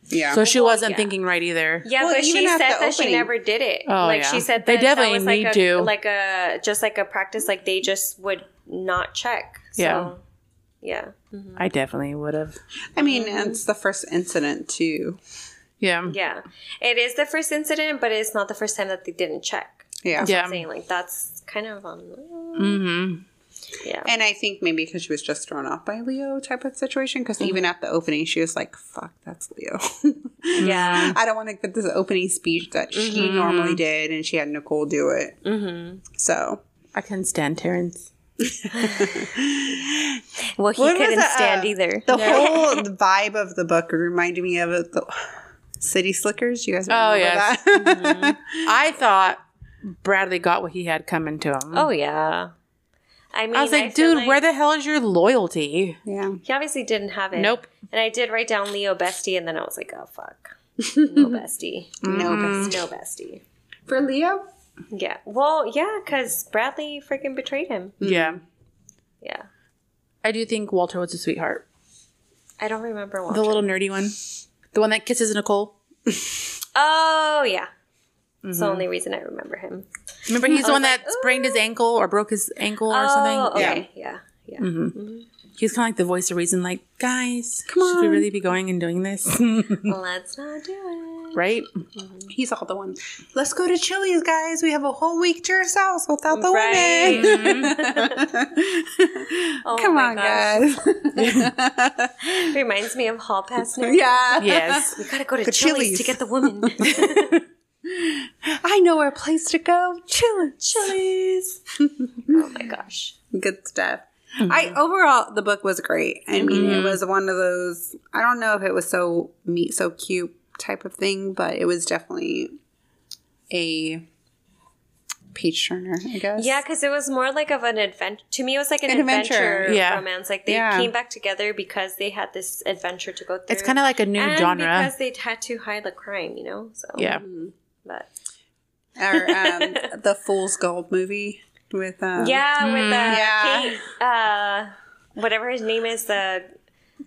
E: yeah,
D: so she wasn't
A: yeah.
D: thinking right either.
A: Yeah,
E: Well,
A: but she
E: even
A: said
E: at
A: that
E: the
A: she
E: opening-
A: never did it.
D: Oh,
A: like
D: yeah.
A: she said,
D: They
A: that
D: definitely
A: that was like
D: need
A: a,
D: to.
A: like a just like a practice. Like they just would not check. So,
D: Yeah.
A: yeah.
D: I definitely would have.
E: I mean, it's the first incident too.
D: Yeah.
A: Yeah. It is the first incident, but it's not the first time that they didn't check.
E: Yeah,
D: Yeah.
A: Saying like that's kind of on.
D: Mm-hmm.
A: Yeah.
E: And I think maybe because she was just thrown off by Leo type of situation. Because
A: Mm-hmm.
E: even at the opening, she was like, "Fuck, that's Leo."
A: Yeah. Mm-hmm.
E: I don't want to get this opening speech that she normally did, and she had Nicole do it. Mm-hmm. So
D: I couldn't stand Terrence.
A: Well, he
E: What was
A: couldn't
E: that,
A: stand
E: uh,
A: either.
E: the whole vibe of the book reminded me of it. The City Slickers, you guys remember
D: Oh, yes.
E: that?
D: I thought Bradley got what he had coming to him.
A: Oh yeah. I mean,
D: I was like,
A: feel
D: dude, where the hell is your loyalty?
E: yeah.
A: he obviously didn't have it.
D: Nope.
A: And I did write down Leo bestie, and then I was like, oh fuck, no bestie,
E: No,
D: Mm-hmm.
E: best.
A: no bestie.
E: for Leo.
A: Yeah. Well, yeah, because Bradley freaking betrayed him.
D: Yeah.
A: Yeah.
D: I do think Walter was a sweetheart.
A: I don't remember Walter.
D: The little nerdy one. The one that kisses Nicole.
A: oh yeah. It's
D: Mm-hmm.
A: the only reason I remember him.
D: Remember, he's the one that sprained his ankle or broke his ankle or
A: Oh,
D: something? Mm-hmm.
A: okay. Yeah. Yeah.
D: He's kind of like the voice of reason, like, guys, should we really be going and doing this?
A: Let's not do it.
D: right?
E: He's all the one. Let's go to Chili's, guys. We have a whole week to ourselves without the
A: Right.
E: women.
A: Oh
E: Come
A: my
E: on,
A: gosh.
E: guys.
A: Reminds me of Hall Pass. Now.
E: yeah.
D: Yes.
A: We gotta go to
E: The
A: Chili's,
E: Chili's.
A: to get the woman.
E: I know a place to go. Chili's.
A: Chili's. oh my gosh.
E: Good stuff.
A: Hmm.
E: I overall the book was great. I mean,
A: Mm-hmm.
E: it was one of those. I don't know if it was so meet so cute type of thing, but it was definitely a page turner. I guess.
A: Yeah, because it was more like of an adventure. To me, it was like an,
E: An
A: adventure,
E: adventure,
D: yeah.
A: romance. Like they
E: Yeah.
A: came back together because they had this adventure to go through.
D: It's kind of like a new
A: and
D: genre.
A: because they had to hide the crime, you know. So
D: Yeah.
A: but
E: Or um, the Fool's Gold movie with um,
A: yeah, with uh,
E: Yeah.
A: Kate, uh, whatever his name is, the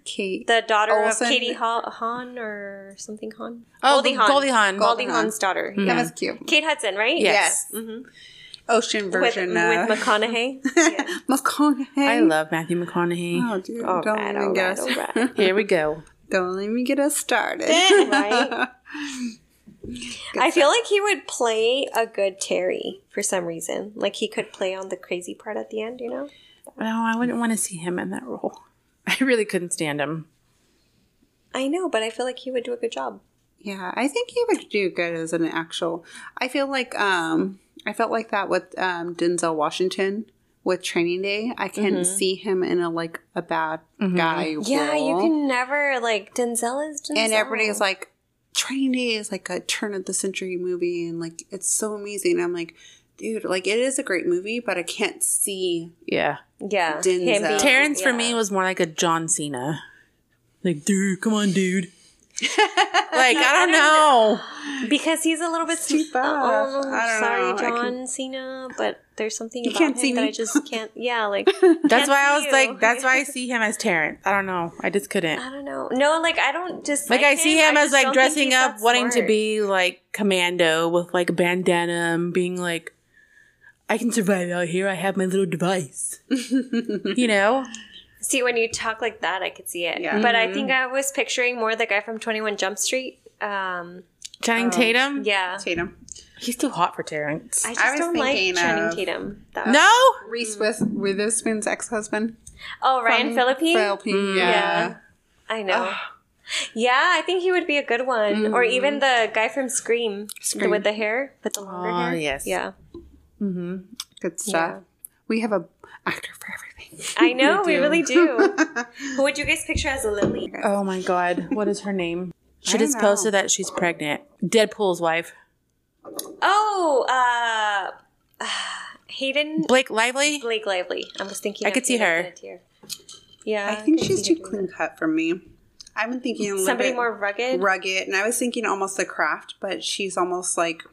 E: Kate.
A: the daughter
E: Olsen.
A: of Katie ha- Hahn or something Hahn.
D: Oh,
A: Goldie Hawn.
D: Goldie Hawn.
A: Goldie
E: Goldie Hmm.
A: Hawn's daughter.
E: that
A: Yeah.
E: was cute.
A: Kate Hudson, right?
D: Yes.
E: Ocean
A: With,
E: version uh, of
A: with McConaughey. Yeah.
E: McConaughey.
D: I love Matthew McConaughey.
E: Oh, dude,
A: All
E: don't
A: right,
E: even
A: all
E: get
A: right,
E: us.
A: all right.
D: Here we go.
E: Don't let me get us started.
A: Right? I feel like he would play a good Terry for some reason. Like he could play on the crazy part at the end, you know?
D: No, I wouldn't want to see him in that role. I really couldn't stand him.
A: I know, but I feel like he would do a good job.
E: yeah, I think he would do good as an actual. I feel like um, I felt like that with um, Denzel Washington with Training Day. I can see him in a like a bad guy.
A: Mm-hmm. Yeah, you
E: role.
A: can never like Denzel is Denzel.
E: And everybody's like, Training Day is like a turn of the century movie, and like it's so amazing. I'm like, dude, like it is a great movie, but I can't see.
D: Yeah.
A: yeah,
E: Denzel.
A: him being-
D: Terrence for
A: yeah.
D: me was more like a John Cena. Like, dude, come on, dude. like, I don't know.
A: because he's a little bit too
E: buff.
A: Oh,
E: I don't
A: sorry,
E: know. I
A: John
E: can-
A: Cena, but there's something about
E: can't
A: him
E: see
A: that
E: me.
A: I just can't. Yeah, like
D: That's why I was
A: see you.
D: like, that's why I see him as Terrence. I don't know. I just couldn't.
A: I don't know. No, like I don't just
D: Like, I see him as like dressing up, wanting to
A: smart.
D: be like commando with like a bandana and being like, I can survive out here. I have my little device. you know?
A: See, when you talk like that, I could see it. But I think I was picturing more the guy from Twenty One Jump Street. Um,
D: Channing Tatum.
A: yeah,
E: Tatum.
D: He's too hot for Terrence.
A: I just
E: was
A: don't like
E: thinking
A: Channing
E: of-
A: Tatum. That
D: no?
E: Reese with Witherspoon's ex husband.
A: Oh, Mm. Ryan Phillippe.
E: Phillippe, yeah.
A: yeah. I know. yeah, I think he would be a good one. Or even the guy from Scream,
E: Scream.
A: with the hair, with the longer
D: Oh,
A: hair.
D: yes.
A: Yeah.
E: Good stuff. We have a actor for everything.
A: I know, we, really do. Who would you guys picture as a Lily?
D: Oh my god, what is her name? She
E: don't
D: just
E: know.
D: posted that she's pregnant. Deadpool's wife,
A: Oh, uh, Hayden
D: Blake Lively.
A: Blake Lively. I was thinking
D: I
A: of
D: could see
A: Hayden
D: her.
A: Panettiere. Yeah.
E: I think
A: could
E: she's
A: see
E: too
A: her.
E: clean cut for me. I've been thinking a little
A: Somebody
E: bit
A: more rugged.
E: rugged, and I was thinking almost the craft, but she's almost like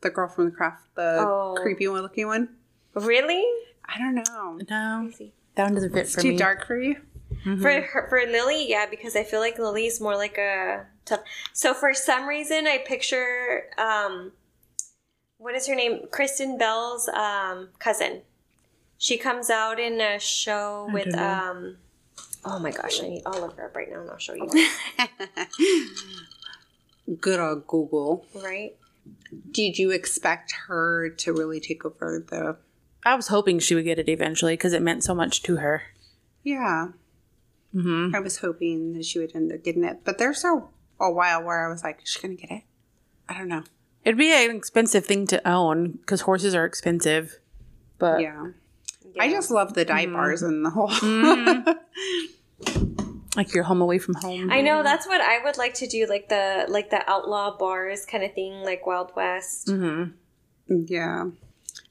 E: the girl from the craft, the
A: Oh.
E: creepy one looking one.
A: Really?
E: I don't know.
D: No, that one doesn't fit for
E: It's too
D: me.
E: dark for you. Mm-hmm.
A: For her, for Lily, yeah, because I feel like Lily's more like a tough. So for some reason, I picture um, what is her name? Kristen Bell's um, cousin. She comes out in a show with um. Oh my gosh! I need all of her up right now, and I'll show you.
E: Good old Google.
A: right?
E: Did you expect her to really take over the?
D: I was hoping she would get it eventually because it meant so much to her.
E: Yeah, mm-hmm. I was hoping that she would end up getting it, but there's a a while where I was like, is she gonna get it? I don't know.
D: It'd be an expensive thing to own because horses are expensive. But
E: Yeah. I just love the dye bars and the whole.
D: like you're home away from home.
A: I
E: Mm-hmm.
A: know that's what I would like to do, like the like the outlaw bars kind of thing, like Wild West.
E: Mm-hmm. yeah.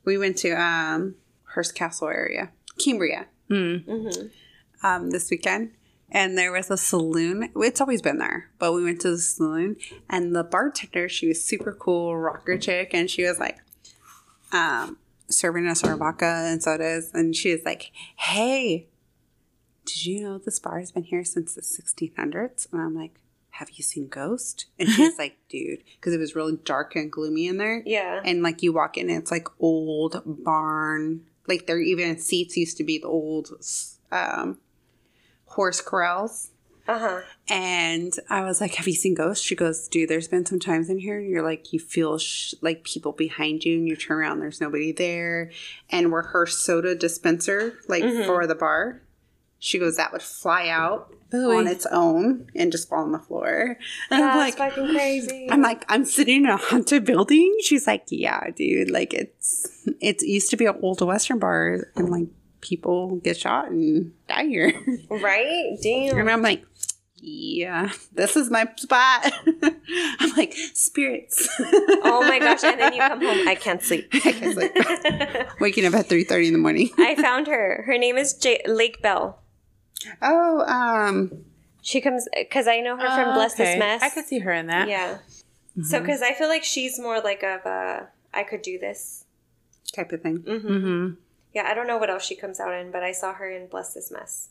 E: We went to um, Hearst Castle area, Cambria, um, this weekend. And there was a saloon. It's always been there, but we went to the saloon. And the bartender, she was super cool, rocker chick. And she was like, um, serving us our vodka and sodas. And she was like, hey, did you know this bar has been here since the 1600s? And I'm like, have you seen Ghost? And she's like, dude, because it was really dark and gloomy in there.
A: Yeah.
E: And like you walk in, it's like old barn. Like there even seats used to be the old um, horse corrals.
A: Uh huh.
E: And I was like, "Have you seen ghosts?" She goes, "Dude, there's been some times in here, and you're like, you feel sh- like people behind you, and you turn around, there's nobody there." And we're her soda dispenser, like for the bar. She goes, "That would fly out on its own and just fall on the floor." And I'm
A: That's
E: like,
A: fucking crazy.
E: I'm like, I'm sitting in a haunted building. She's like, yeah, dude. Like it's it used to be an old western bar, and like people get shot and die here.
A: right? Damn.
E: And I'm like, yeah, this is my spot. I'm like spirits.
A: Oh my gosh! And then you come home. I can't sleep.
E: It's like, waking up at three thirty in the morning.
A: I found her. Her name is J- Lake Bell.
E: Oh, um,
A: She comes because I know her from Bless This
D: Oh, Okay.
A: Mess.
D: I could see her in that. Mm-hmm.
A: yeah. So because I feel like she's more like of a I could do this.
E: type of thing.
A: Yeah, I don't know what else she comes out in, but I saw her in Bless This Mess.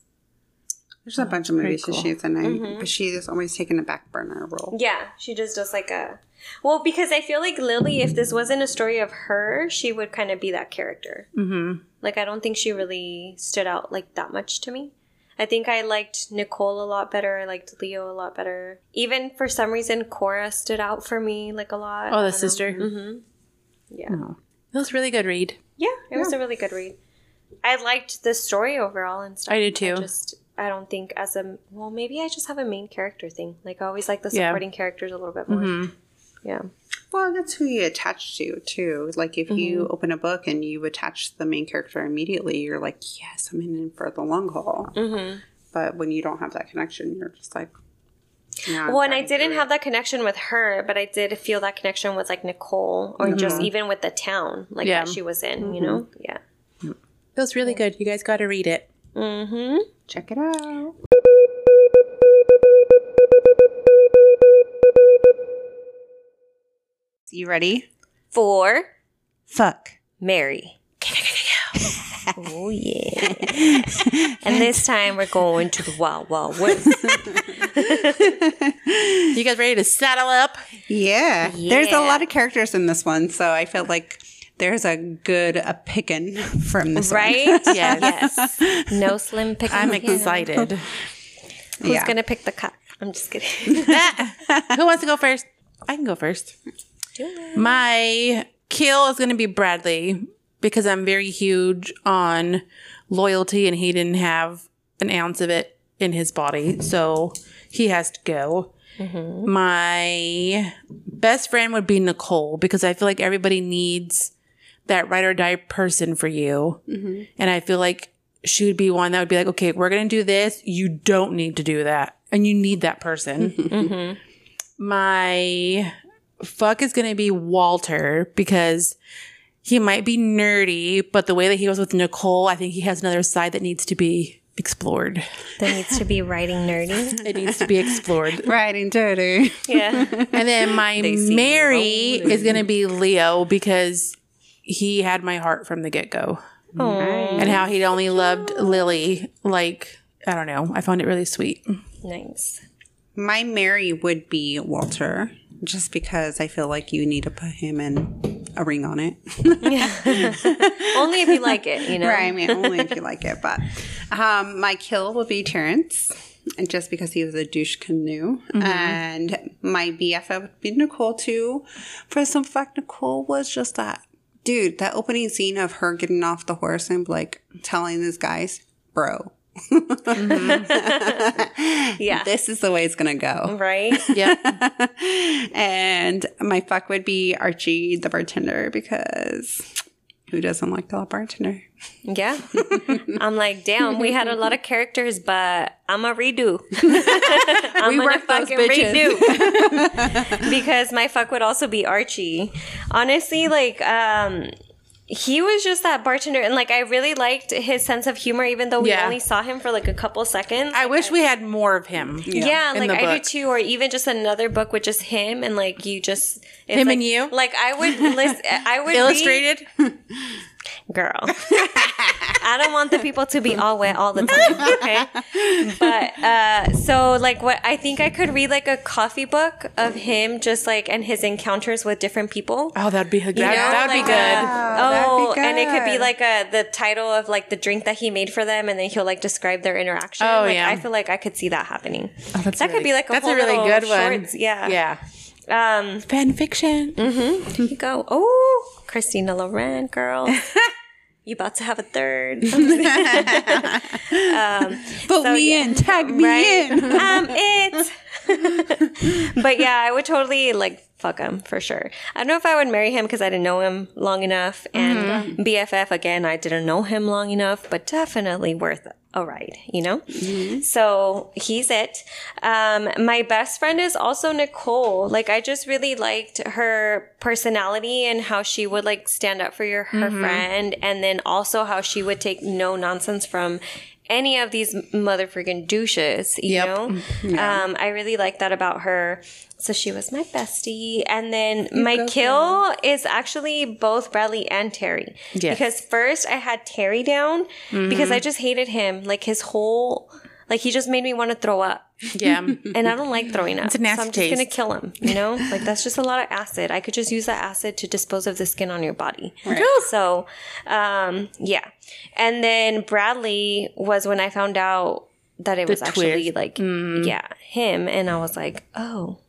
E: There's a bunch of movies that
D: cool.
E: she's in, I- but she's always taking a back burner role.
A: Yeah, she just does like a. Well, because I feel like Lily, if this wasn't a story of her, she would kind of be that character. Mm-hmm. Like I don't think she really stood out like that much to me. I think I liked Nicole a lot better. I liked Leo a lot better. Even for some reason, Cora stood out for me like a lot.
D: Oh, the sister.
A: Mm-hmm. Yeah.
D: That was a really good read.
A: Yeah, it was a really good read. I liked the story overall and stuff.
D: I did too.
A: Just I don't think as a well, maybe I just have a main character thing. Like I always like the
D: Yeah. Mm-hmm.
A: supporting characters a little bit more. Yeah.
E: Well, that's who you attach to too. Like if
A: Mm-hmm.
E: you open a book and you attach the main character immediately, you're like, yes, I'm in for the long haul.
A: Mm-hmm.
E: But when you don't have that connection, you're just like, "Nah, I'm
A: Well, and I
E: fine."
A: didn't have that connection with her, but I did feel that connection with like Nicole or just even with the town like
D: Yeah.
A: that she was in, you know? Yeah.
D: That was really good. You guys got to read it.
A: Mhm.
E: check it out. You ready?
A: For
E: Fuck.
A: Mary. oh yeah. and this time we're going to the Wild Wild West.
D: You guys ready to saddle up?
E: Yeah. There's a
A: Yeah.
E: lot of characters in this one, so I feel like there's a good a pickin' from this one.
A: Right?
D: Yes.
A: yes. No slim pick.
D: I'm excited.
A: Who's
E: Yeah.
A: gonna pick the cup? I'm just kidding.
D: Who wants to go first? I can go first. My kill is going to be Bradley because I'm very huge on loyalty, and he didn't have an ounce of it in his body. So he has to go. My best friend would be Nicole because I feel like everybody needs that ride or die person for you. And I feel like she would be one that would be like, okay, we're going to do this. You don't need to do that. And you need that person. My fuck is going to be Walter because he might be nerdy, but the way that he was with Nicole, I think he has another side that needs to be explored.
A: That needs to be writing nerdy.
D: It needs to be explored.
E: Right and dirty.
A: Yeah.
D: And then my Mary is going to be Leo because he had my heart from the get go. And how he only loved Lily. Like, I don't know. I found it really sweet.
A: nice.
E: My Mary would be Walter, just because I feel like you need to put him in a ring on it.
A: Only if you like it, you know.
E: Right. I mean, only if you like it. But um, my kill would be Terrence, and just because he was a douche canoe. And my BFF would be Nicole, too. For some fact, Nicole was just that. Dude, that opening scene of her getting off the horse and like telling these guys, bro,
A: Yeah.
E: this is the way it's going to go.
A: Right?
D: Yeah.
E: And my fuck would be Archie, the bartender, because who doesn't like the bartender?
A: Yeah. I'm like, damn, we had a lot of characters, but I'm a redo. I'm we gonna
D: worked those
A: fucking
D: bitches.
A: redo. because my fuck would also be Archie. Honestly, like, um, he was just that bartender, and like I really liked his sense of humor, even though we
D: Yeah.
A: only saw him for like a couple seconds.
D: I wish we had more of him.
A: Yeah,
D: in
A: like
D: the
A: I do
D: book.
A: too, or even just another book with just him and like you just it's
D: Him
A: like-
D: and you?
A: Like I would list, I would illustrate
D: Illustrated?
A: girl. I don't want the people to be all wet all the time, okay? But uh, so like what I think I could read like a coffee book of him just like and his encounters with different people.
D: Oh, that'd be, that,
A: You know,
D: that'd
A: like
D: be good.
A: a-
E: Wow,
A: oh,
E: that'd be
A: and it could be
E: good.
A: like a the title of like the drink that he made for them, and then he'll like describe their interaction.
D: Oh,
A: like,
D: yeah. Oh,
A: I feel like I could see that happening. that
D: that's
A: could
D: really-
A: be like a
D: that's
A: whole
D: a really
A: little
D: good one.
A: shorts. Yeah,
D: Yeah. Mm,
A: Um,
D: Fan fiction.
A: here you go. Oh, Christina Loren, girl. You about to have a third. um,
E: Vote me in, tag me
A: right?
E: in.
A: I'm it. but yeah, I would totally like fuck him for sure. I don't know if I would marry him because I didn't know him long enough, and BFF again, I didn't know him long enough, but definitely worth a ride, you know. So he's it. Um, my best friend is also Nicole. Like I just really liked her personality and how she would like stand up for your her friend, and then also how she would take no nonsense from any of these motherfucking douches, you
D: Yep.
A: know? Um, I really like that about her. So she was my bestie. And then my kill is actually both Bradley and Terry.
D: Yes.
A: Because first I had Terry down because I just hated him. Like his whole, like he just made me want to throw up.
D: Yeah.
A: And I don't like throwing up.
D: a nasty
A: so I'm just going to
D: taste.
A: kill him, you know? like that's just a lot of acid. I could just use that acid to dispose of the skin on your body. So, um, yeah. And then Bradley was when I found out that it was actually
D: twist. Mm-hmm.
A: like, yeah, him. And I was like, oh,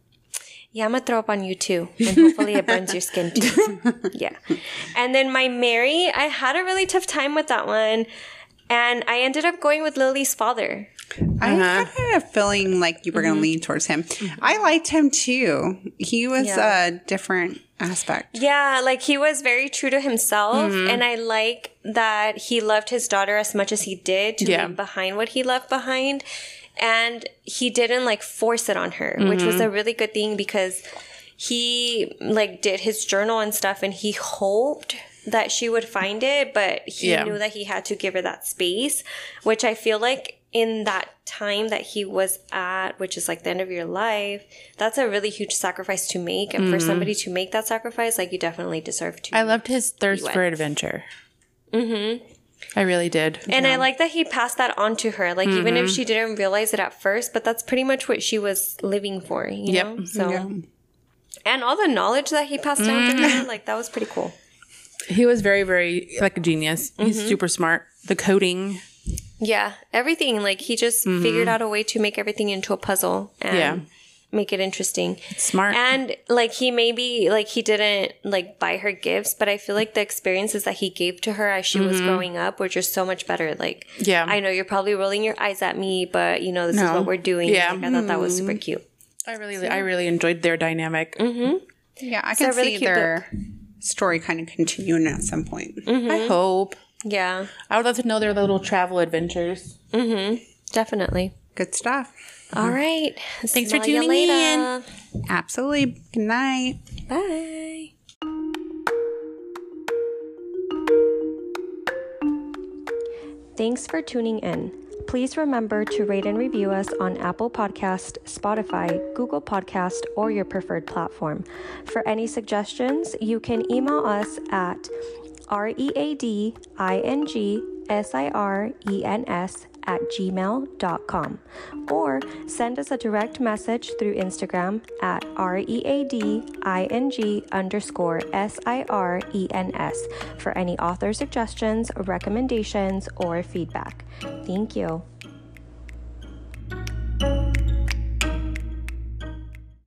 A: yeah, I'm going to throw up on you too. And hopefully it burns your skin too. yeah. And then my Mary, I had a really tough time with that one. And I ended up going with Lily's father.
E: I had a feeling like you were going to lean towards him. I liked him too. He was
A: Yeah.
E: a different aspect.
A: Yeah, like he was very true to himself,
D: Mm-hmm.
A: and I like that he loved his daughter as much as he did to
D: Yeah.
A: leave behind what he left behind, and he didn't like force it on her, which
D: Mm-hmm.
A: was a really good thing because he like did his journal and stuff, and he hoped that she would find it, but he
D: Yeah.
A: knew that he had to give her that space, which I feel like in that time that he was at, which is like the end of your life, that's a really huge sacrifice to make. And for somebody to make that sacrifice, like you definitely deserve to.
D: I loved his thirst for adventure. Mm-hmm. I really did.
A: and I like that he passed that on to her, like even if she didn't realize it at first, but that's pretty much what she was living for, you
D: Yep.
A: know? So, and all the knowledge that he passed down to her, like that was pretty cool.
D: He was very, very like a genius. He's super smart. The coding.
A: Mm-hmm. Yeah, everything. Like he just figured out a way to make everything into a puzzle. And
D: Yeah.
A: make it interesting.
D: Smart.
A: And like he maybe like he didn't like buy her gifts, but I feel like the experiences that he gave to her as she was growing up were just so much better. Like
D: Mm-hmm. Yeah.
A: I know you're probably rolling your eyes at me, but you know this is
D: No.
A: what we're doing.
D: Yeah. Mm.
A: Like, I thought that was super cute.
D: I really, I really enjoyed their dynamic.
A: Mm-hmm.
E: Yeah, I can
A: a really
E: see
A: cute
E: their Mm. story kind of continuing at some point.
D: I hope.
A: Yeah,
D: I would love to know their little travel adventures.
A: definitely.
E: Good stuff.
A: All right. Thanks
D: Mm-hmm. for tuning in.
E: Absolutely. Good night.
A: Bye. Thanks for tuning in. Please remember to rate and review us on Apple Podcast, Spotify, Google Podcast, or your preferred platform. For any suggestions, you can email us at E E readingssirens at gmail.com or send us a direct message through Instagram at E reading underscore E sirens for any author suggestions, recommendations, or feedback. Thank you.